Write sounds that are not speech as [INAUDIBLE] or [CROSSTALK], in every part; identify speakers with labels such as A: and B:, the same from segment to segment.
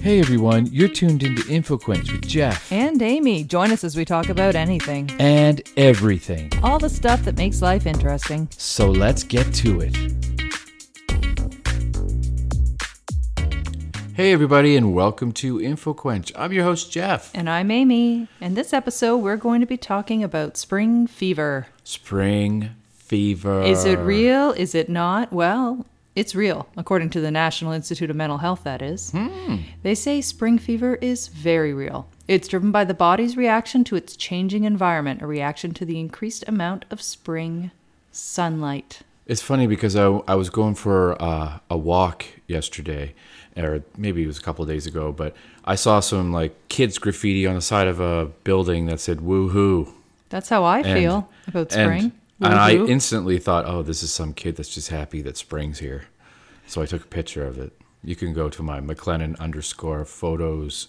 A: Hey everyone, you're tuned into InfoQuench with Jeff
B: And Amy, join us as we talk about anything.
A: and everything.
B: All the stuff that makes life interesting.
A: So let's get to it. Hey everybody, and welcome to InfoQuench. I'm your host Jeff.
B: And I'm Amy, and this episode we're going to be talking about spring fever.
A: Spring fever.
B: Is it real? Is it not? Well, it's real, according to the National Institute of Mental Health, that is.
A: Hmm.
B: They say spring fever is very real. It's driven by the body's reaction to its changing environment, a reaction to the increased amount of spring sunlight.
A: It's funny because I, I was going for uh, a walk yesterday, or maybe it was a couple of days ago, but I saw some like kids graffiti on the side of a building that said "woohoo."
B: That's how I
A: And-
B: feel
A: and-
B: about spring.
A: And, I
B: Woohoo.
A: instantly thought, oh, this is some kid that's just happy that spring's here. So I took a picture of it. You can go to my McLennan underscore photos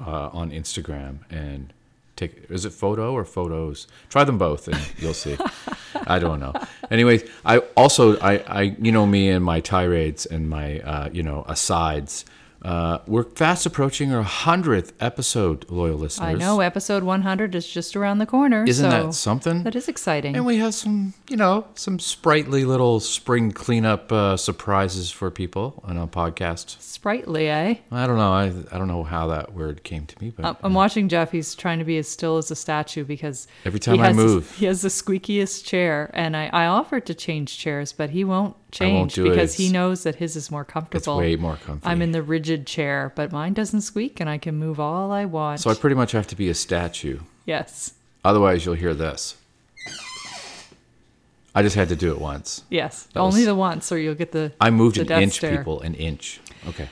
A: uh, on Instagram and take. Is it photo or photos? Try them both, and you'll
B: [LAUGHS]
A: see. I don't know. Anyways, I also I I you know me and my tirades and my uh, you know asides. Uh, we're fast approaching our hundredth episode, loyal listeners.
B: I know episode 100 is just around the corner.
A: Isn't
B: so
A: that something?
B: That is exciting.
A: And we have some, you know, some sprightly little spring cleanup uh, surprises for people on a podcast.
B: Sprightly, eh?
A: I don't know. I, I don't know how that word came to me, but
B: I'm- I'm watching Jeff. He's trying to be as still as a statue because
A: Every
B: he
A: time I
B: has this-
A: move.
B: [LAUGHS] he has the squeakiest chair. And I, I offered to change chairs, but he won't change
A: do it.
B: because he
A: It's-
B: knows that his is more
A: it's
B: comfortable.
A: way more comfy.
B: I'm in the rigid chair, but mine doesn't squeak, and I can move all I want.
A: so I pretty much have to be a statue.
B: yes,
A: Otherwise, you'll hear this. I just had to do it once.
B: yes,
A: That
B: only
A: was-
B: the once, or you'll get the
A: I moved
B: the
A: an
B: death
A: inch,
B: stare.
A: people, an inch. Okay.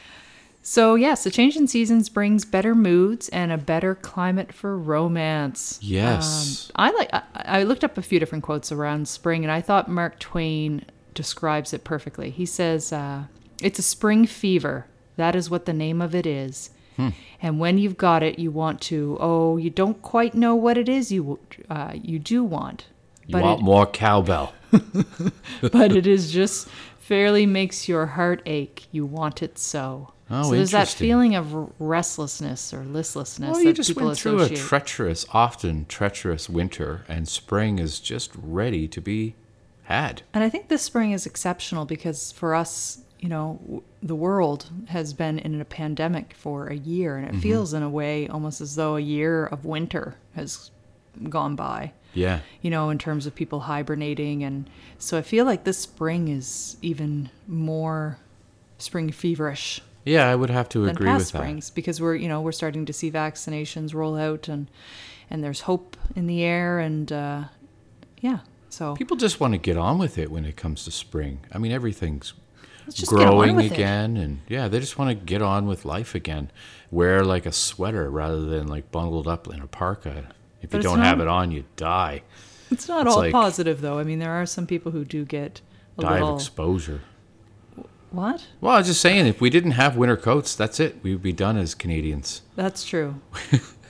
B: So yes, the change in seasons brings better moods and a better climate for romance.
A: Yes.
B: Um, I like. I, I looked up a few different quotes around spring, and I thought Mark Twain describes it perfectly. He says, uh, "It's a spring fever. That is what the name of it is."
A: Hmm.
B: And when you've got it, you want to. Oh, you don't quite know what it is you uh, you do want,
A: You
B: Um, but
A: want
B: it,
A: more cowbell? [LAUGHS]
B: but it is just fairly makes your heart ache. You want it so.
A: Oh,
B: so there's that
A: interesting.
B: feeling of r- restlessness or listlessness
A: Well,
B: that
A: you just
B: people
A: went through
B: associate.
A: a treacherous, often treacherous winter, and spring is just ready to be had.
B: and I think this spring is exceptional because for us, you know, w- the world has been in a pandemic for a year,
A: Mm-hmm.
B: and it feels in a way almost as though a year of winter has gone by.
A: Yeah.
B: you know, in terms of people hibernating. And so I feel like this spring is even more spring feverish
A: Yeah, I would have to
B: than
A: agree
B: past
A: with that.
B: springs because we're, you know, we're starting to see vaccinations roll out and, and there's hope in the air. And, uh, yeah. So
A: People just want to get on with it when it comes to spring. I mean, everything's
B: Let's just get on
A: growing
B: with it.
A: again, and yeah, they just want to get on with life again. Wear like a sweater rather than like bundled up in a parka. If
B: But
A: you
B: it's
A: don't have
B: not-
A: it on, you die.
B: it's not
A: it's
B: all
A: like-
B: positive though. I mean, there are some people who do get a
A: Die
B: little,
A: of exposure.
B: what?
A: Well, I was just saying, if we didn't have winter coats, that's it. We would be done as Canadians.
B: That's true.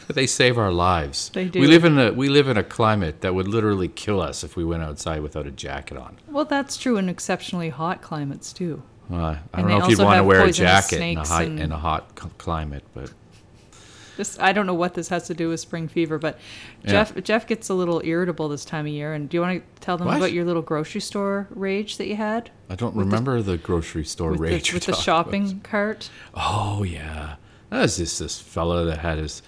A: they save our lives.
B: They do.
A: We live in a we live in a climate that would literally kill us if we went outside without a jacket on.
B: Well, that's true in exceptionally hot climates too.
A: Uh, I
B: they
A: don't know if you'd
B: also
A: want to
B: have
A: wear a
B: poisonous
A: jacket in a
B: snakes
A: hot
B: and-
A: in a hot c- climate, but
B: This I don't know what this has to do with spring fever, but Jeff Jeff gets a little irritable this time of year. And do you want to tell them
A: What?
B: about your little grocery store rage that you had
A: I don't remember the, grocery store
B: with
A: rage
B: the,
A: you're
B: with the
A: talking
B: shopping cart?
A: about. Oh yeah, that was just this fella that had his.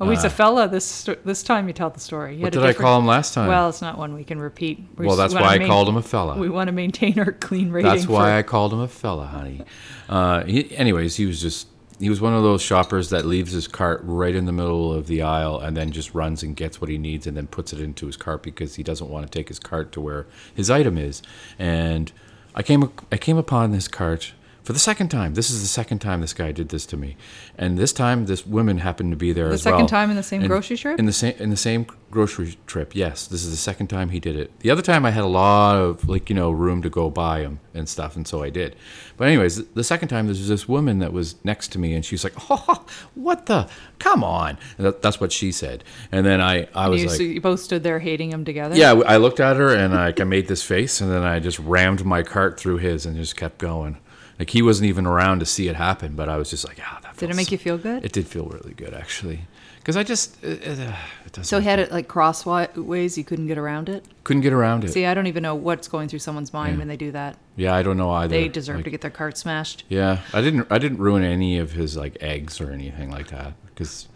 B: Oh, he's a fella. This sto- this time you tell the story.
A: Uh.
B: He
A: What
B: had a
A: did I
B: different-
A: call him last time?
B: Well, it's not one we can repeat. We
A: Well,
B: just
A: that's
B: wanna
A: why I
B: main-
A: called him a fella.
B: We want to maintain our clean rating.
A: That's why
B: for-
A: I called him a fella, honey. Uh, he, anyways, he was just he was one of those shoppers that leaves his cart right in the middle of the aisle and then just runs and gets what he needs and then puts it into his cart because he doesn't want to take his cart to where his item is. And I came I came upon this cart for the second time. This is the second time this guy did this to me, and this time this woman happened to be there
B: The
A: as
B: second
A: well.
B: time in the same grocery trip?
A: In the same in the same grocery trip. Yes, this is the second time he did it. The other time I had a lot of like you know room to go buy him and stuff, and so I did. But anyways, th- the second time there was this woman that was next to me, and she's like, "Oh, what the? Come on!" And that, that's what she said. And then I I was
B: you,
A: like,
B: so you both stood there hating him together.
A: yeah, I looked at her and like I made this face, and then I just rammed my cart through his and just kept going. Like he wasn't even around to see it happen, but I was just like, ah, that.
B: Did it
A: felt
B: make
A: so-
B: you feel good?
A: It did feel really good actually, because I just it, it, uh, it doesn't.
B: so he had it like crossways. You couldn't get around it.
A: couldn't get around it.
B: See, I don't even know what's going through someone's mind
A: Yeah.
B: when they do that.
A: yeah, I don't know either.
B: They deserve
A: Like,
B: to get their cart smashed.
A: Yeah, I didn't. I didn't ruin any of his like eggs or anything like that because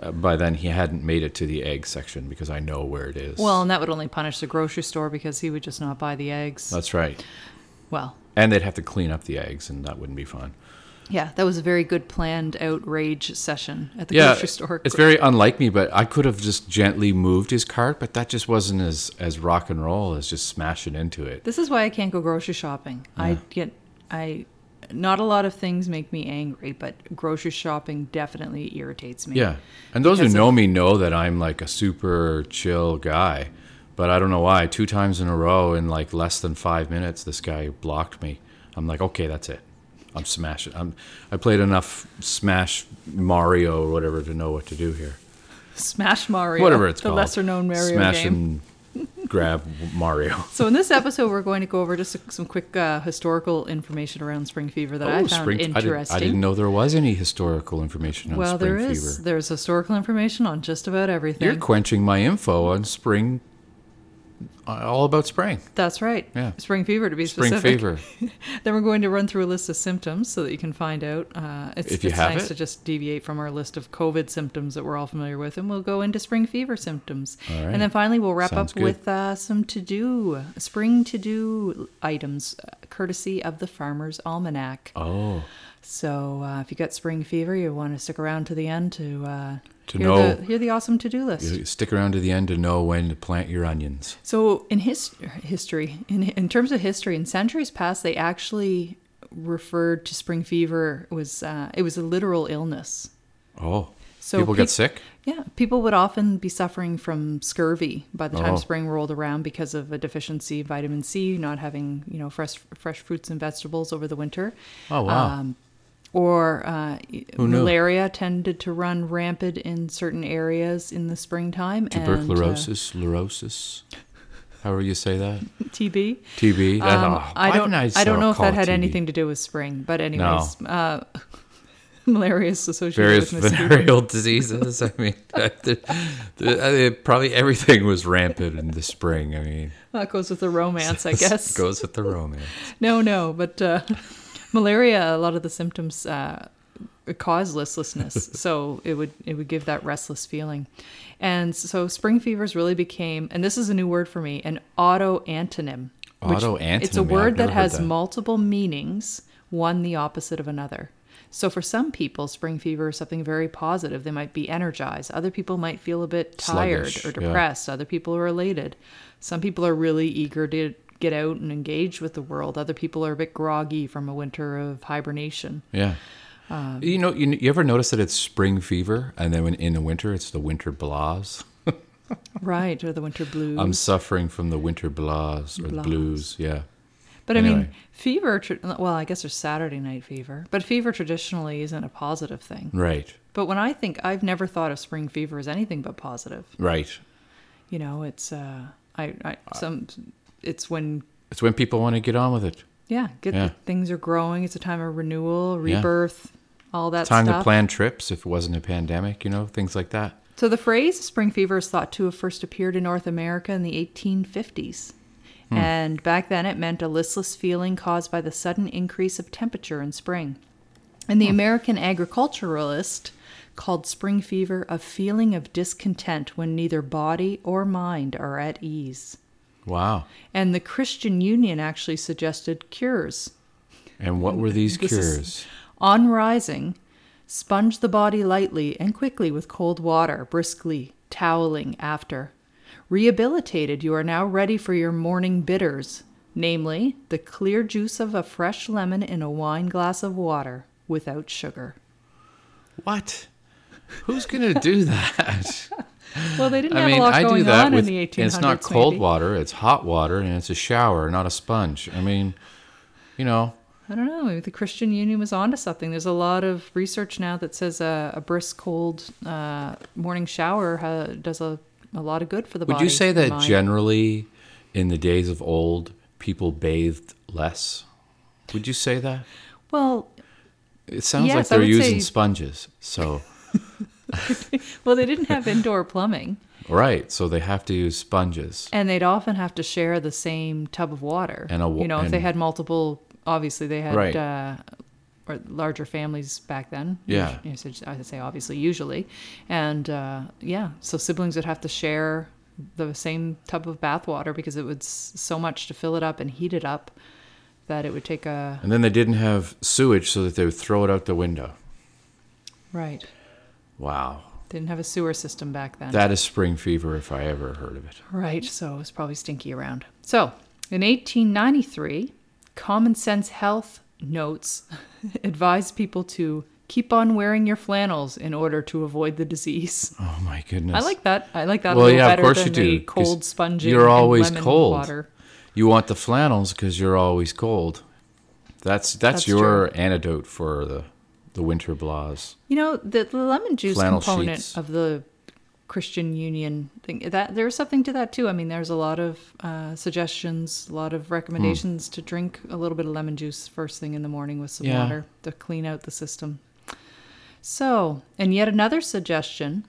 A: uh, by then he hadn't made it to the egg section because I know where it is.
B: Well, and that would only punish the grocery store because he would just not buy the eggs.
A: that's right,
B: well,
A: and they'd have to clean up the eggs, and that wouldn't be fun.
B: yeah, that was a very good planned outrage session at the
A: yeah,
B: grocery store.
A: it's very unlike me, but I could have just gently moved his cart, but that just wasn't as as rock and roll as just smashing into it.
B: This is why I can't go grocery shopping. I get I not a lot of things make me angry, but grocery shopping definitely irritates me.
A: Yeah, and those
B: Because
A: who know me know that I'm like a super chill guy, but I don't know why. Two times in a row in like less than five minutes, this guy blocked me. I'm like, okay, that's it. I'm smashing. I'm. I played enough Smash Mario or whatever to know what to do here.
B: Smash Mario,
A: Whatever it's
B: the
A: called,
B: lesser known Mario
A: Smash
B: game.
A: and [LAUGHS] grab Mario.
B: So in this episode, we're going to go over just some quick uh, historical information around spring fever that I found
A: Oh, I didn't-
B: interesting.
A: I didn't, know there was any historical information on
B: well,
A: spring
B: there is
A: fever.
B: there's historical information on just about everything.
A: You're quenching my info on spring. uh, All about spring.
B: That's right.
A: Yeah.
B: Spring fever to be
A: Spring
B: specific.
A: fever.
B: [LAUGHS] Then we're going to run through a list of symptoms so that you can find out. Uh, it's
A: If you
B: it's
A: have
B: nice
A: it.
B: to just deviate from our list of COVID symptoms that we're all familiar with, and we'll go into spring fever symptoms.
A: All right.
B: And then finally, we'll wrap
A: Sounds
B: up
A: good.
B: with uh, some to do, spring to do items, uh, courtesy of the Farmer's Almanac.
A: Oh.
B: So uh, if you got spring fever, you want to stick around to the end to, uh,
A: To
B: hear,
A: know.
B: the, hear the awesome to do list.
A: You stick around to the end to know when to plant your onions.
B: So in his history, in in terms of history, in centuries past, they actually referred to spring fever was uh, it was a literal illness.
A: Oh,
B: So
A: people
B: peop-
A: get sick.
B: Yeah, people would often be suffering from scurvy by the time
A: Oh.
B: spring rolled around because of a deficiency of vitamin C, not having you know fresh fresh fruits and vegetables over the winter.
A: Oh, wow.
B: um, or uh,
A: knew?
B: malaria tended to run rampant in certain areas in the springtime. and, uh,
A: Tuberculosis, leurosis. However you say that.
B: TB.
A: TB. That,
B: uh, Um,
A: oh,
B: I
A: why
B: don't.
A: didn't
B: I, don't
A: so-
B: know if
A: call
B: that
A: it
B: had
A: TB?
B: anything to do with spring, but anyways, uh, [LAUGHS] malaria is associated
A: Various [LAUGHS]
B: with mosquitoes.
A: venereal diseases. I mean, [LAUGHS] the- the- I mean, probably everything was rampant in the spring. I
B: [LAUGHS]
A: mean,
B: [LAUGHS] That goes with the romance, I guess.
A: [LAUGHS] goes with the romance.
B: [LAUGHS] No, no, but uh, [LAUGHS] malaria. A lot of the symptoms uh,
A: [LAUGHS]
B: cause listlessness, so it would it would give that restless feeling, and so spring fevers really became. And this is a new word for me, an auto antonym.
A: Autoantonym,
B: It's
A: yeah,
B: a
A: I've
B: word that
A: never heard
B: has
A: that.
B: multiple meanings, one the opposite of another. So for some people, spring fever is something very positive. They might be energized. Other people might feel a bit tired
A: Sluggish,
B: or
A: yeah.
B: depressed. Other people are elated. Some people are really eager to get out and engage with the world. Other people are a bit groggy from a winter of hibernation.
A: Yeah.
B: Um,
A: you know, you, you ever notice that it's spring fever, and then when in the winter, it's the winter blahs.
B: Right, or the winter blues.
A: I'm suffering from the winter blahs or
B: Blahs.
A: blues. Yeah.
B: But I mean,
A: Anyway.
B: fever, tr well, I guess there's Saturday night fever, but fever traditionally isn't a positive thing.
A: Right.
B: But when I think, I've never thought of spring fever as anything but positive.
A: Right.
B: You know, it's, uh, I, I, some, it's when,
A: It's when people want to get on with it.
B: yeah, get
A: Yeah.
B: things are growing. It's a time of renewal, rebirth, all that
A: Time
B: stuff.
A: to plan trips if it wasn't a pandemic, you know, things like that.
B: So the phrase spring fever is thought to have first appeared in North America in the 1850s.
A: Hmm.
B: And back then it meant a listless feeling caused by the sudden increase of temperature in spring. And the
A: Hmm.
B: American agriculturalist called spring fever a feeling of discontent when neither body or mind are at ease.
A: Wow.
B: And the Christian Union actually suggested cures
A: And what were these
B: This
A: cures?
B: is- On rising, sponge the body lightly and quickly with cold water, briskly, toweling after. Rehabilitated, you are now ready for your morning bitters, namely, the clear juice of a fresh lemon in a wine glass of water without sugar.
A: What? Who's going to do [LAUGHS] that?
B: [LAUGHS] Well, they didn't
A: I
B: have
A: mean,
B: a lot
A: I
B: going
A: do that
B: on
A: with.
B: in the 1800s.
A: and it's not cold
B: maybe.
A: water, it's hot water, and it's a shower, not a sponge. I mean, you know,
B: I don't know. Maybe the Christian Union was onto something. There's a lot of research now that says a, a brisk, cold uh, morning shower ha- does a, a lot of good for the
A: would
B: body.
A: you say that
B: mind.
A: generally in the days of old, people bathed less? Would you say that?
B: Well,
A: It sounds
B: Yes,
A: like
B: I
A: they're
B: would
A: using
B: say-
A: sponges. So,
B: well, they didn't have indoor plumbing,
A: right. So they have to use sponges.
B: and they'd often have to share the same tub of water.
A: And a wa-
B: you know, if they
A: and-
B: had multiple, obviously they had
A: Right.
B: uh, or larger families back then.
A: Yeah.
B: Usu- you know, so I'd say obviously usually, and uh, yeah, so siblings would have to share the same tub of bath water because it was so much to fill it up and heat it up that it would take a
A: And then they didn't have sewage so that they would throw it out the window.
B: right.
A: Wow.
B: Didn't have a sewer system back then.
A: That is spring fever if I ever heard of it.
B: Right, so it was probably stinky around. So, in 1893, Common Sense Health notes [LAUGHS] advised people to keep on wearing your flannels in order to avoid the disease.
A: Oh my goodness.
B: I like that. I like that a
A: Well,
B: little
A: yeah, of
B: better
A: course
B: than
A: you
B: the
A: do, 'cause
B: cold sponging.
A: you're
B: and
A: always
B: lemon
A: cold.
B: Water.
A: You want the flannels because you're always cold. That's that's,
B: That's
A: your antidote for the the winter blahs.
B: You know, the, the lemon juice
A: Flannel
B: component
A: sheets.
B: of the Christian Union thing, that there's something to that too. I mean, there's a lot of uh, suggestions, a lot of recommendations to drink a little bit of lemon juice first thing in the morning with some
A: Yeah.
B: water to clean out the system. So, and yet another suggestion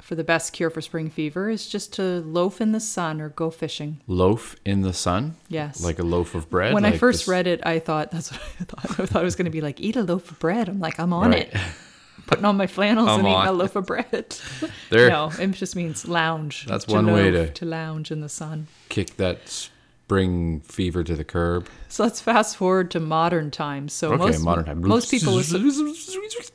B: for the best cure for spring fever is just to loaf in the sun or go fishing.
A: Loaf in the sun,
B: Yes.
A: like a loaf of bread.
B: when I
A: like
B: first
A: this-
B: read it, I thought that's what I thought. I thought it was going to be like eat a loaf of bread. I'm like, I'm on
A: Right.
B: it, putting on my flannels
A: I'm
B: and eating
A: on
B: a loaf of bread.
A: [LAUGHS] There.
B: No, it just means lounge.
A: That's one way
B: loaf,
A: to-
B: to lounge in the sun.
A: kick that spring fever to the curb.
B: So let's fast forward to modern times. So
A: Okay,
B: most
A: modern time.
B: most people with
A: [LAUGHS]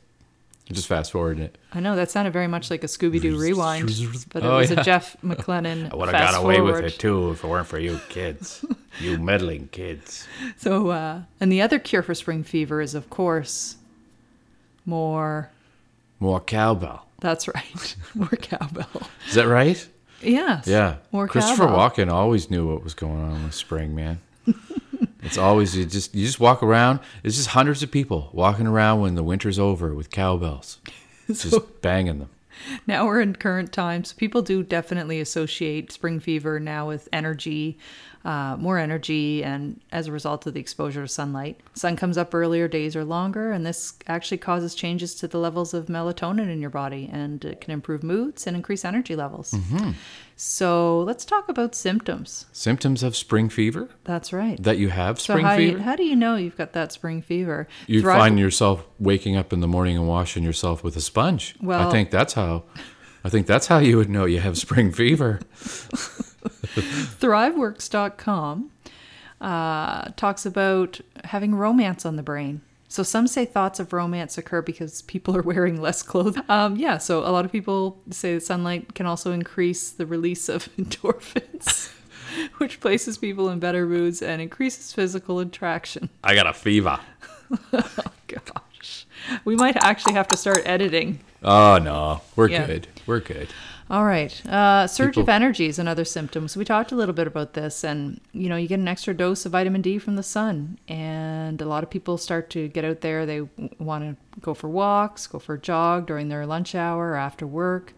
A: just fast forwarding it.
B: I know that sounded very much like a Scooby
A: [LAUGHS]
B: Doo rewind, but it
A: Oh,
B: was
A: yeah. [LAUGHS]
B: a Jeff McLennan.
A: I would have
B: fast
A: got away
B: forward.
A: with it too if it weren't for you kids, you meddling kids.
B: [LAUGHS] So, uh, and the other cure for spring fever is, of course, more.
A: More cowbell.
B: That's right, [LAUGHS] more cowbell.
A: Is that right?
B: Yes.
A: Yeah.
B: More
A: Christopher
B: cowbell.
A: Walken always knew what was going on with spring, man. it's always you just you just walk around. It's just hundreds of people walking around when the winter's over with
B: [LAUGHS]
A: cowbells, just banging them.
B: Now we're in current times. People do definitely associate spring fever now with energy, uh, more energy, and as a result of the exposure to sunlight. Sun comes up earlier, days are longer, and this actually causes changes to the levels of melatonin in your body and it can improve moods and increase energy levels.
A: Mm-hmm.
B: So let's talk about symptoms.
A: Symptoms of spring fever
B: That's right.
A: that you have
B: so
A: spring
B: how,
A: fever.
B: You, how do you know you've got that spring fever?
A: you
B: Thrive-
A: find yourself waking up in the morning and washing yourself with a sponge. I
B: Well-
A: think that's how. I think that's how you would know you have spring fever.
B: ThriveWorks.com uh, talks about having romance on the brain. So some say thoughts of romance occur because people are wearing less clothes. Um, yeah, so a lot of people say that sunlight can also increase the release of [LAUGHS] endorphins, [LAUGHS] which places people in better moods and increases physical attraction. [LAUGHS]
A: I got a fever.
B: Gosh, we might actually have to start editing.
A: Oh no, we're
B: Yeah.
A: good. We're good.
B: All right. Uh, surge of
A: People-
B: energy is another symptom. So we talked a little bit about this, and you know, you get an extra dose of vitamin D from the sun, and a lot of people start to get out there. They want to go for walks, go for a jog during their lunch hour or after work.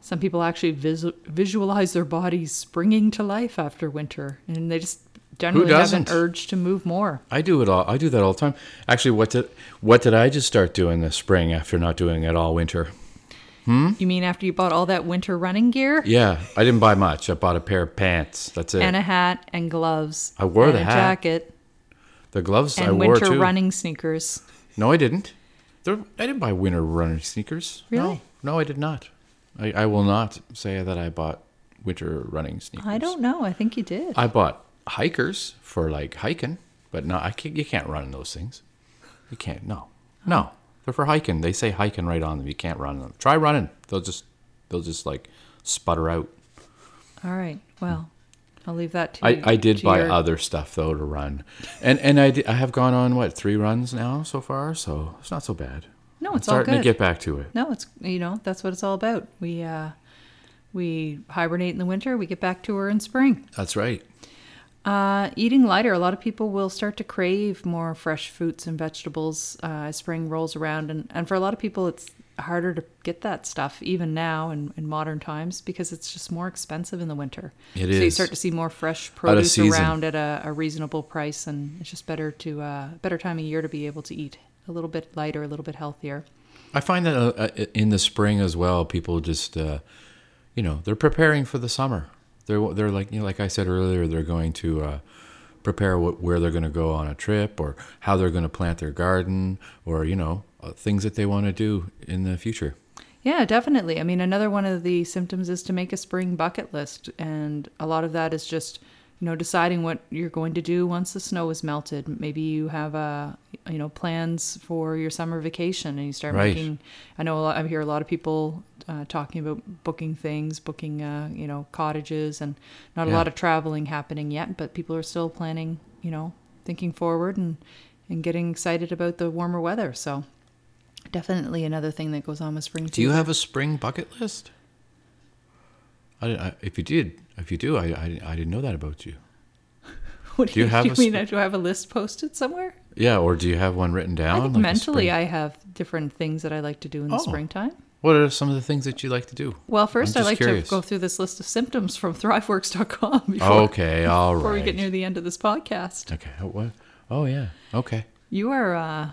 B: Some people actually vis- visualize their bodies springing to life after winter, and they just generally have an
A: doesn't?
B: urge to move more.
A: I do it all. I do that all the time. Actually, what did what did I just start doing this spring after not doing it all winter? Hmm?
B: You mean after you bought all that winter running gear
A: Yeah, I didn't buy much. I bought a pair of pants. That's it.
B: and a hat and gloves?
A: I wore
B: and
A: the
B: a
A: hat.
B: jacket
A: the gloves
B: and
A: I wore
B: winter
A: too.
B: running sneakers.
A: No, I didn't. There, I didn't buy winter runner sneakers.
B: Really?
A: No, no, I did not. I, I will not say that I bought winter running sneakers.
B: I don't know. I think you did.
A: I bought hikers for like hiking, but no, I can't, you can't run in those things. You can't. No, no, they're for hiking. They say hiking right on them. You can't run in them. Try running. They'll just they'll just like sputter out.
B: All right. Well, I'll leave that to
A: I,
B: you-
A: I did
B: Mm, to
A: buy
B: your-
A: other stuff though to run, and and I, di- I have gone on what three runs now so far, so it's not so bad.
B: No,
A: I'm
B: Oh, it's all
A: starting
B: good.
A: to get back to it.
B: No, it's you know that's what it's all about. We uh, we hibernate in the winter. We get back to her in spring.
A: That's right.
B: Uh, eating lighter, a lot of people will start to crave more fresh fruits and vegetables uh, as spring rolls around, and and for a lot of people, it's harder to get that stuff even now in, in modern times because it's just more expensive in the winter.
A: It
B: So you
A: is.
B: start to see more fresh produce
A: season.
B: around at a, a reasonable price, and it's just better to uh, better time of year to be able to eat a little bit lighter, a little bit healthier.
A: I find that uh, uh, in the spring as well, people just, uh, you know, they're preparing for the summer. They're they're like you know, like I said earlier, they're going to uh, prepare what, where they're going to go on a trip or how they're going to plant their garden or you know uh, things that they want to do in the future.
B: Yeah, definitely. I mean, another one of the symptoms is to make a spring bucket list, and a lot of that is just you know deciding what you're going to do once the snow is melted. Maybe you have uh, you know plans for your summer vacation, and you start
A: Right.
B: making. I know a lot, I hear a lot of people uh, talking about booking things, booking uh, you know cottages, and not a
A: Yeah.
B: lot of traveling happening yet, but people are still planning. You know, thinking forward and and getting excited about the warmer weather. So. Definitely another thing that goes on with spring.
A: Do you
B: fever.
A: have a spring bucket list? I, I, if you did, if you do, I, I, I didn't know that about you.
B: [LAUGHS] What do,
A: you
B: you,
A: have
B: do
A: a
B: you mean?
A: sp-
B: I do I have a list posted somewhere?
A: Yeah, or do you have one written down?
B: I think
A: like a
B: mentally
A: spring-
B: I have different things that I like to do in the
A: Oh.
B: springtime.
A: What are some of the things that you like to do?
B: Well, first I
A: just
B: like
A: curious.
B: to go through this list of symptoms from [LAUGHS] thriveworks.com [LAUGHS] before,
A: Okay, all right.
B: before we get near the end of this podcast.
A: Okay. oh, What? Oh yeah. Okay.
B: You are uh,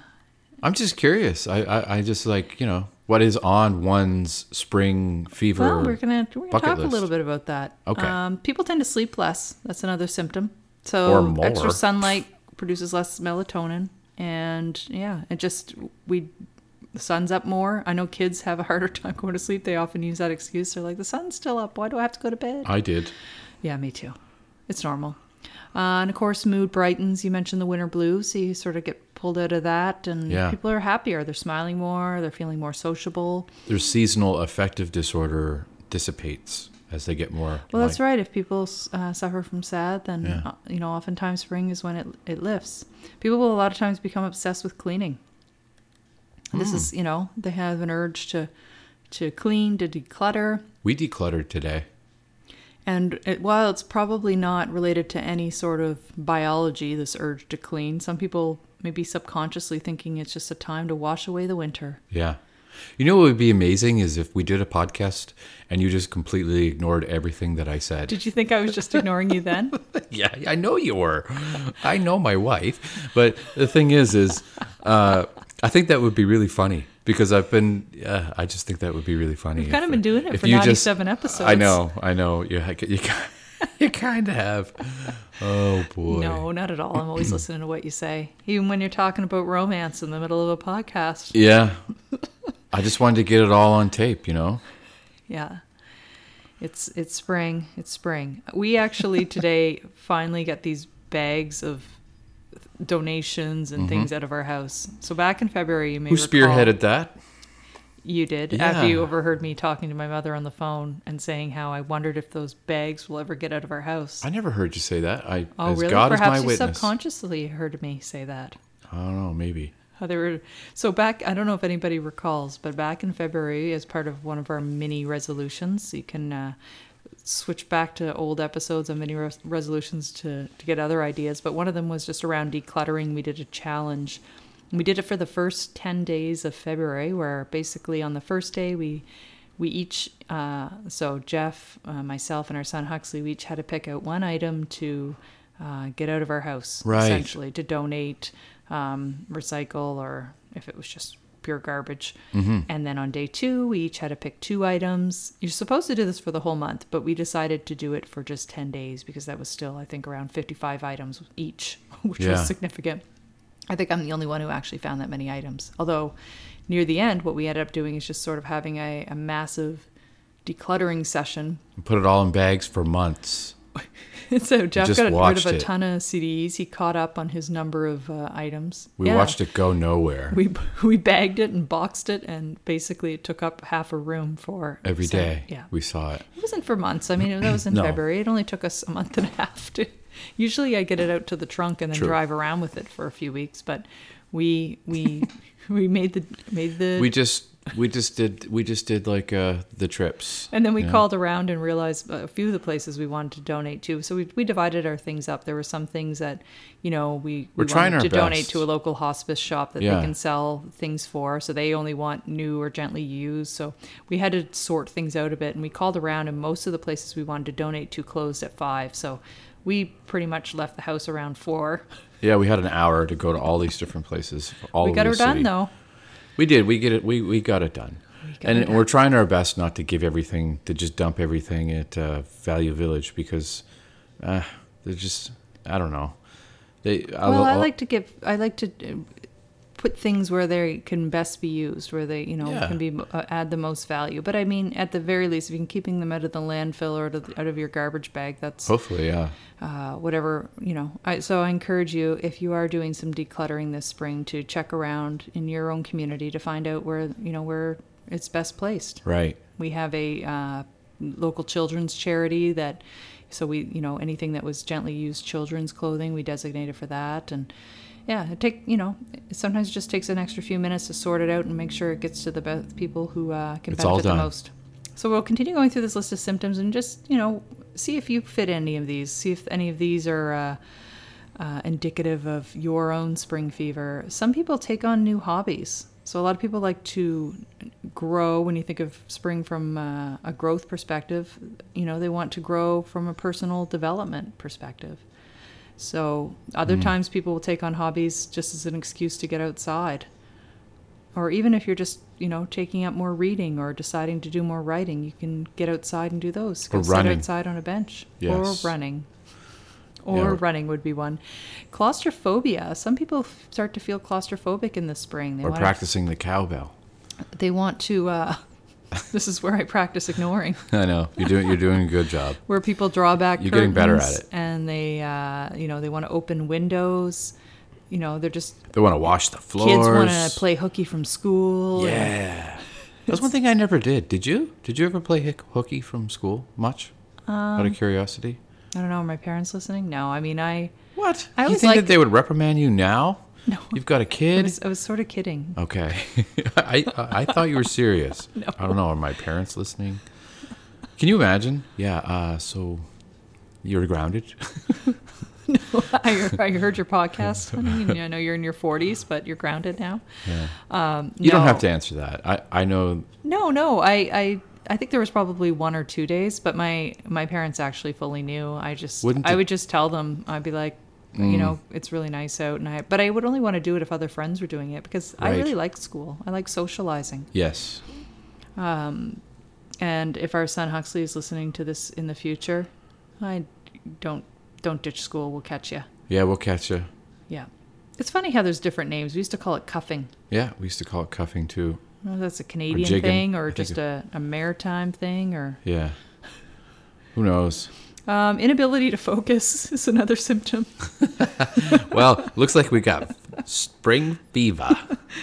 A: I'm just curious. I, I, I just like you know what is on one's spring fever.
B: well. We're gonna we're gonna
A: bucket
B: talk
A: list.
B: a little bit about that.
A: Okay.
B: Um, people tend to sleep less. That's another symptom. So
A: Or more.
B: extra sunlight produces less melatonin, and yeah, it just we the sun's up more. I know kids have a harder [LAUGHS] time going to sleep. They often use that excuse. They're like, the sun's still up. Why do I have to go to bed?
A: I did.
B: Yeah, me too. It's normal. Uh, and of course, mood brightens. You mentioned the winter blues, so you sort of get pulled out of that, and
A: Yeah.
B: people are happier. They're smiling more. They're feeling more sociable.
A: Their seasonal affective disorder dissipates as they get more.
B: Well, that's right. If people uh, suffer from sad, then uh, you know, oftentimes spring is when it it lifts. People will a lot of times become obsessed with cleaning. And This is, you know, they have an urge to to clean, to declutter,
A: We decluttered today.
B: and it, while it's probably not related to any sort of biology, this urge to clean, some people may be subconsciously thinking it's just a time to wash away the winter.
A: Yeah. You know what would be amazing is if we did a podcast and you just completely ignored everything that I said.
B: Did you think I was just ignoring you then?
A: yeah, I know you were. I know my wife. But the thing is, is uh, I think that would be really funny because I've been. Uh, I just think that would be really funny. You've
B: kind of been doing it for 97
A: I
B: episodes.
A: know. I know. You ha- you ki- [LAUGHS] you kind of have. Oh boy.
B: No, not at all. I'm always listening to what you say, even when you're talking about romance in the middle of a podcast.
A: Yeah. I just wanted to get it all on tape. You know.
B: Yeah. It's it's spring. It's spring.
A: [LAUGHS]
B: We actually today finally got these bags of donations and things out of our house. So back in February, you may
A: Mm-hmm. Who
B: recall-
A: spearheaded that?
B: You did.
A: Yeah.
B: After you overheard me talking to my mother on the phone and saying how I wondered if those bags will ever get out of our house.
A: I never heard you say that. I
B: oh,
A: as
B: really?
A: God
B: Perhaps
A: is my
B: you
A: witness.
B: subconsciously heard me say that.
A: I don't know. Maybe.
B: how they were so back i don't know if anybody recalls but back in february as part of one of our mini resolutions you can uh, switch back to old episodes and mini res- resolutions to, to get other ideas but one of them was just around decluttering we did a challenge we did it for the first 10 days of february where basically on the first day we we each uh, so jeff uh, myself and our son huxley we each had to pick out one item to uh, get out of our house
A: Right.
B: essentially actually, to donate, um, recycle, or if it was just pure garbage.
A: Mm-hmm.
B: And then on day two, we each had to pick two items. You're supposed to do this for the whole month, but we decided to do it for just 10 days because that was still, I think, around 55 items each, [LAUGHS] which
A: Yeah.
B: was significant. I think I'm the only one who actually found that many items. Although, near the end, what we ended up doing is just sort of having a, a massive decluttering session [LAUGHS]
A: Put it all in bags for months.
B: so Jeff
A: just
B: got rid
A: watched
B: of a
A: it.
B: ton of CDs. He caught up on his number of uh, items.
A: We
B: Yeah.
A: watched it go nowhere.
B: We [LAUGHS] we bagged it and boxed it, and basically it took up half a room for
A: Every
B: so,
A: day,
B: Yeah,
A: we saw it.
B: it wasn't for months. I mean, that was in
A: No.
B: February. It only took us a month and a half to. Usually, I get it out to the trunk and then
A: True.
B: drive [LAUGHS] around with it for a few weeks. But we we we made the made the
A: We just we just did we just did like uh, the trips.
B: And then we
A: Yeah.
B: called around and realized a few of the places we wanted to donate to. So we, we divided our things up. There were some things that, you know, we, we
A: We're trying
B: wanted
A: our
B: to donate
A: best.
B: to a local hospice shop that
A: Yeah.
B: they can sell things for. So they only want new or gently used. So we had to sort things out a bit. And we called around, and most of the places we wanted to donate to closed at five. So we pretty much left the house around four.
A: Yeah, we had an hour to go to all these different places. All
B: we
A: over
B: got
A: the
B: her done,
A: city.
B: though.
A: We did. We get it. We we got it done.
B: got
A: and
B: it
A: we're trying our best not to give everything to just dump everything at uh, Value Village because uh, they're just I don't know. They oh,
B: Well, I like to give. I like to uh, put things where they can best be used, where they, you know,
A: Yeah.
B: can be uh, add the most value. But I mean, at the very least, if you can keeping them out of the landfill or out of, out of your garbage bag, that's
A: hopefully yeah.
B: uh, whatever you know. I, so I encourage you, if you are doing some decluttering this spring, to check around in your own community to find out where you know where it's best placed.
A: Right.
B: We have a uh, local children's charity that, so we, you know, anything that was gently used children's clothing, we designated for that. And yeah, it take, you know, it sometimes just takes an extra few minutes to sort it out and make sure it gets to the best people who uh, can
A: It's all
B: benefit the
A: done.
B: most. So we'll continue going through this list of symptoms and just, you know, see if you fit any of these, see if any of these are. Uh, uh, indicative of your own spring fever. Some people take on new hobbies. So, a lot of people like to grow when you think of spring from uh, a growth perspective. You know, they want to grow from a personal development perspective. So, other times people will take on hobbies just as an excuse to get outside. Or even if you're just, you know, taking up more reading or deciding to do more writing, you can get outside and do those. Go
A: Or
B: sit
A: running.
B: outside on a bench.
A: Yes.
B: Or running
A: Yeah,
B: or
A: or-
B: running would be one. Claustrophobia. Some people f- start to feel claustrophobic in the spring. They
A: Or
B: want
A: practicing the cowbell.
B: To, they want to. Uh, [LAUGHS] this is where I practice ignoring,
A: [LAUGHS]
B: [LAUGHS]
A: I know you're doing you're doing a good job.
B: where people draw back.
A: You're getting better at
B: curtains
A: it.
B: And they, uh, you know, they want to open windows. You know, they're just
A: They want to wash the floors.
B: kids want to play hooky from school. and-
A: Yeah. That's one thing I never did. Did you? Did you ever play hick- hooky from school much? Out of curiosity.
B: I don't know. Are my parents listening? No. I mean, I.
A: What?
B: I
A: you
B: always
A: think that
B: liked-
A: they would reprimand you now?
B: No.
A: You've got a
B: I
A: kid.
B: was, I was sort of kidding. [LAUGHS]
A: Okay. [LAUGHS] I, I I thought you were serious. I don't know. Are my parents listening? Can you imagine? Yeah. Uh, so you're grounded. [LAUGHS]
B: I, I heard your podcast. honey, and I know you're in your 40s, but you're grounded now. Um,
A: You don't
B: no.
A: have to answer that. I, I know.
B: No, no. I, I I think there was probably one or two days, but my my parents actually fully knew. I just
A: Wouldn't Mm.
B: I
A: it-
B: would just tell them. I'd be like, you know, it's really nice out, and I but I would only want to do it if other friends were doing it because I
A: Right.
B: really like school. I like socializing.
A: Yes.
B: And if our son Huxley is listening to this in the future, I don't don't ditch school. We'll catch you.
A: Yeah. We'll catch you.
B: Yeah. It's funny how there's different names. We used to call it cuffing.
A: Yeah. We used to call it cuffing too.
B: I don't know if that's a Canadian
A: jigging,
B: thing
A: I
B: or
A: think
B: just
A: it-
B: a, a maritime thing or
A: Yeah. Who knows?
B: Um, inability to focus [LAUGHS] is another symptom.
A: Well, looks like we got spring fever.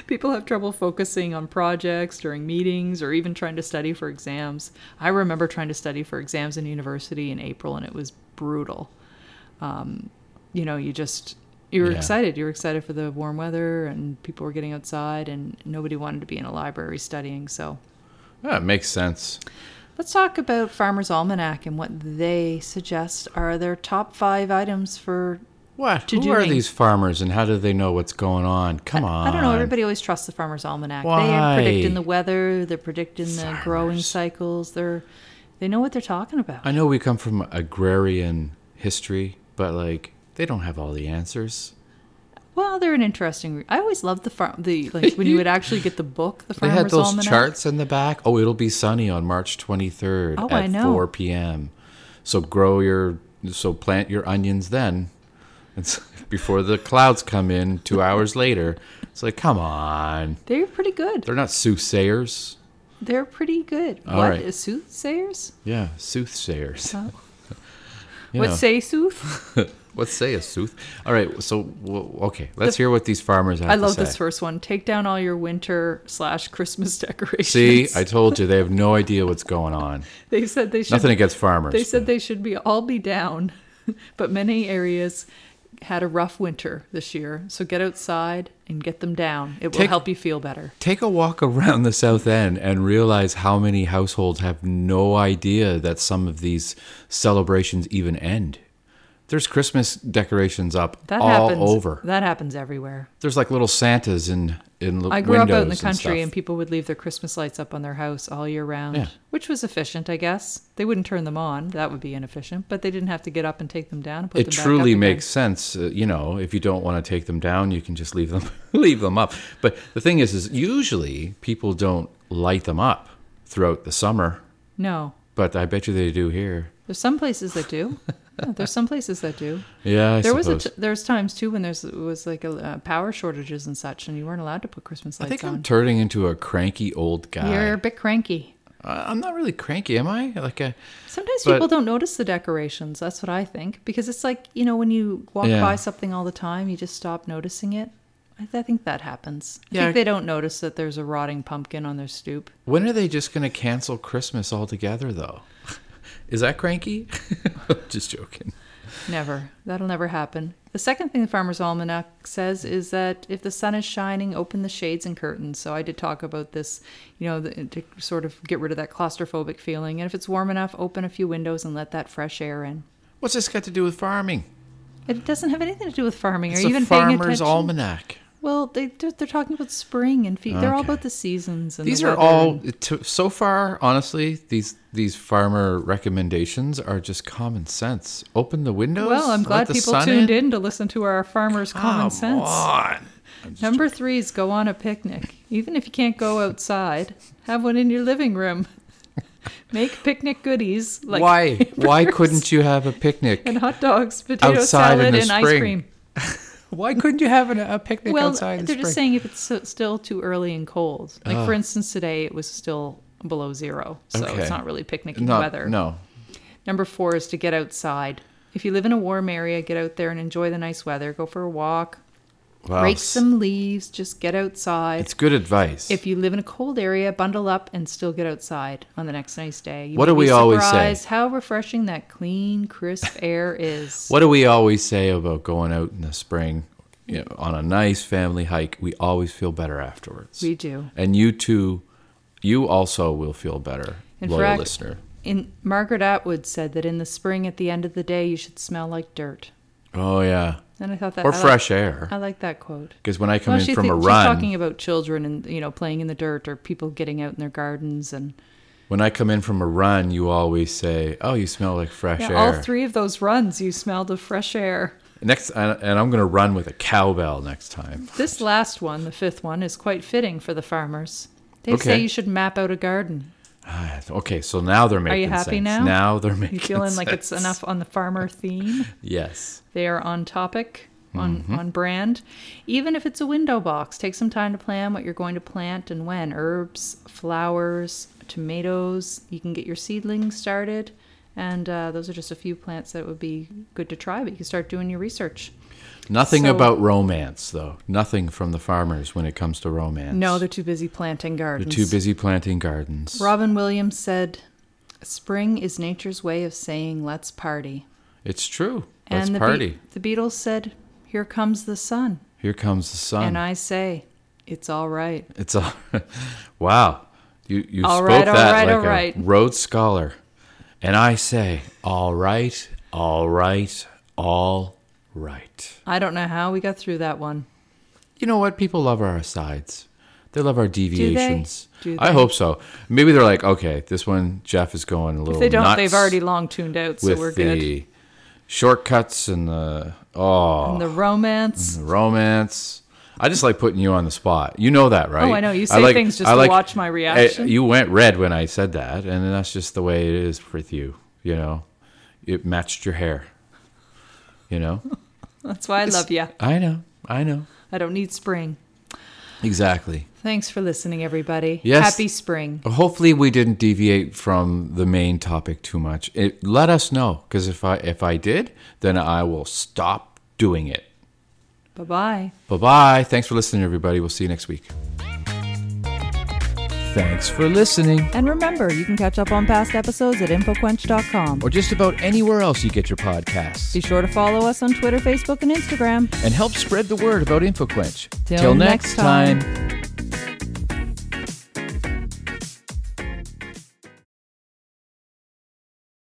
B: People have trouble focusing on projects during meetings or even trying to study for exams. I remember trying to study for exams in university in April, and it was brutal. Um, you know, you just you were
A: Yeah.
B: excited. You were excited for the warm weather, and people were getting outside, and nobody wanted to be in a library studying. So,
A: That makes sense.
B: let's talk about Farmer's Almanac and what they suggest are their top five items for
A: What?
B: To
A: Who are
B: doing.
A: these farmers and how do they know what's going on? Come on.
B: I don't know. Everybody always trusts the farmer's almanac. They
A: Why?
B: are predicting the weather. They're predicting the growing
A: Farmers.
B: cycles. They're they know what they're talking about.
A: I know we come from agrarian history, but like they don't have all the answers.
B: well, they're an interesting. Re- I always loved the farm. The like when you would actually get the book,
A: [LAUGHS]
B: the
A: They
B: farmer's
A: had those
B: almanac.
A: charts in the back. Oh, it'll be sunny on March 23rd
B: Oh, I
A: at
B: know.
A: 4 p.m. So grow your so plant your onions then. It's [LAUGHS] before the clouds come in 2 hours later. It's like, come on.
B: They're pretty good.
A: They're not soothsayers.
B: They're pretty good.
A: All
B: what
A: right.
B: is soothsayers?
A: Yeah, soothsayers.
B: Oh.
A: You
B: What
A: know.
B: say sooth?
A: Let's say a sooth. All right, so w- okay, let's hear what these farmers have
B: I
A: to
B: love
A: say.
B: this first one. Take down all your winter slash Christmas [LAUGHS] decorations.
A: See, I told you they have no idea what's going on.
B: [LAUGHS] they said [LAUGHS] they should
A: Nothing against farmers.
B: They said [LAUGHS]
A: but-
B: they should be all be down, but many areas had a rough winter this year, so get outside and get them down. It will
A: Take-
B: help you feel better.
A: Take a walk around the South End and realize how many households have no idea that some of these celebrations even end. There's Christmas decorations up
B: That
A: all
B: happens
A: over.
B: That happens everywhere.
A: There's like little Santas in in l-
B: I grew up out in the
A: windows and
B: country, and,
A: stuff.
B: people would leave their Christmas lights up on their house all year round,
A: Yeah.
B: which was efficient, I guess. They wouldn't turn them on; that would be inefficient. But they didn't have to get up and take them down. And put
A: it
B: them back
A: truly
B: up again.
A: makes sense uh, you know if you don't want to take them down you can just leave them [LAUGHS] leave them up but the thing is is usually people don't light them up throughout the summer
B: no.
A: but i bet you they do here
B: There's some places that do. Yeah, there's some places that do.
A: yeah I
B: there was
A: suppose.
B: a t- there's times too when there's was like a, uh, power shortages and such, and you weren't allowed to put Christmas
A: i
B: lights
A: think i'm
B: on.
A: turning into a cranky old guy
B: You're a bit cranky.
A: I- i'm not really cranky am i like uh, a,
B: Sometimes
A: But-
B: people don't notice the decorations. That's what I think because it's like you know when you walk
A: Yeah.
B: by something all the time, you just stop noticing it. I, th- I think that happens. I
A: Yeah, I-
B: think they don't notice that there's a rotting pumpkin on their stoop.
A: when are they just going to cancel christmas altogether though [LAUGHS] is that cranky [LAUGHS] just joking
B: Never. That'll never happen. The second thing the Farmer's Almanac says is that if the sun is shining, open the shades and curtains. So I did talk about this, you know, the, to sort of get rid of that claustrophobic feeling. And if it's warm enough, open a few windows and let that fresh air in.
A: what's this got to do with farming
B: It doesn't have anything to do with farming.
A: it's
B: Are you
A: a
B: even paying
A: farmer's
B: attention?
A: almanac
B: Well, they they're, they're talking about spring and feet. They're all
A: Okay.
B: about the seasons. And the
A: These are
B: weather
A: all
B: and-
A: to, so far, honestly. These these farmer recommendations are just common sense. Open the windows.
B: Well, I'm
A: let
B: glad
A: the
B: people
A: sun
B: tuned in. to listen to our farmers' common
A: Come
B: sense.
A: on. I'm just-
B: Number three is go on a picnic. Even if you can't go outside, have one in your living room. [LAUGHS] Make picnic goodies like [LAUGHS]
A: why why
B: hamburgers
A: couldn't you have a picnic?
B: and hot dogs, potato
A: Outside in
B: salad,
A: the
B: and ice
A: spring.
B: cream.
A: Why couldn't you have an, a picnic
B: well,
A: outside?
B: they're
A: in
B: just
A: spring?
B: saying if it's so, still too early and cold. Like for instance, today it was still below zero, so
A: Okay.
B: it's not really picnicking
A: no,
B: weather.
A: No,
B: Number four is to get outside. If you live in a warm area, get out there and enjoy the nice weather. Go for a walk,
A: wow,
B: rake
A: s-
B: some leaves, just get outside.
A: It's good advice.
B: If you live in a cold area, bundle up and still get outside on the next nice day. You
A: What
B: may
A: do
B: be
A: we always say?
B: surprised How refreshing that clean,
A: [LAUGHS]
B: crisp air is.
A: what do we always say about going out in the spring? You know, on a nice family hike, we always feel better afterwards.
B: we do.
A: and you too, you also will feel better,
B: In
A: loyal
B: fact-
A: listener.
B: In Margaret Atwood said that in the spring, at the end of the day, you should smell like dirt.
A: Oh yeah,
B: And I thought that
A: or
B: I like-
A: fresh air.
B: I like that quote.
A: Because when I come
B: Well,
A: in
B: she
A: from
B: thi-
A: a
B: she's
A: run,
B: talking about children and you know playing in the dirt or people getting out in their gardens and
A: when I come in from a run, you always say, "Oh, you smell like fresh
B: Yeah,
A: air."
B: all three of those runs, you smelled of fresh air.
A: Next, and and I'm going to run with a cowbell next time. [SIGHS]
B: This last one, the fifth one, is quite fitting for the farmers. They say
A: Okay.
B: you should map out a garden.
A: Ah, okay, so now they're making
B: you happy
A: sense.
B: now?
A: they're making.
B: You feeling like
A: sense.
B: it's enough on the farmer theme?
A: Yes.
B: They are on topic, on
A: Mm-hmm.
B: on brand. Even if it's a window box, take some time to plan what you're going to plant and when. Herbs, flowers, tomatoes. You can get your seedlings started, and uh, those are just a few plants that would be good to try. But you can start doing your research.
A: Nothing
B: So-
A: about romance, though. Nothing from the farmers when it comes to romance.
B: No, they're too busy planting
A: they're
B: gardens.
A: too busy planting gardens.
B: Robin Williams said, "Spring is nature's way of saying let's party."
A: it's true. Let's
B: the Be-
A: party.
B: the Beatles said, "Here comes the sun,"
A: Here comes the sun.
B: and I say, "It's all right."
A: It's all [LAUGHS] wow. You you
B: All
A: spoke
B: right, all
A: that
B: right,
A: like
B: all
A: a
B: right.
A: Rhodes scholar, and I say, all right, all right, all right.
B: I don't know how we got through that one.
A: You know what? People love our sides. They love our deviations.
B: Do
A: I
B: they?
A: hope so. Maybe they're like, okay, this one Jeff is going a little.
B: If they don't,
A: nuts
B: they've already long tuned out, so
A: with
B: we're good.
A: the shortcuts and the oh
B: And the romance.
A: the romance. I just like putting you on the spot. You know that, right?
B: Oh, I know. You say things just to watch my
A: I-
B: reaction.
A: you went red when I said that, and that's just the way it is with you. You know, it matched your hair. You know, Mm-hmm.
B: That's why I love you.
A: I know, I know
B: I don't need spring.
A: exactly.
B: Thanks for listening, everybody.
A: Yes.
B: Happy spring.
A: Hopefully, we didn't deviate from the main topic too much. It, let us know, because if I if I did, then I will stop doing it.
B: Bye bye.
A: Bye bye. Thanks for listening, everybody. We'll see you next week. Thanks for listening.
B: And remember, you can catch up on past episodes at InfoQuench.com.
A: Or just about anywhere else you get your podcasts.
B: Be sure to follow us on Twitter, Facebook, and Instagram.
A: and help spread the word about InfoQuench.
B: Till
A: Till next
B: next time.
A: time.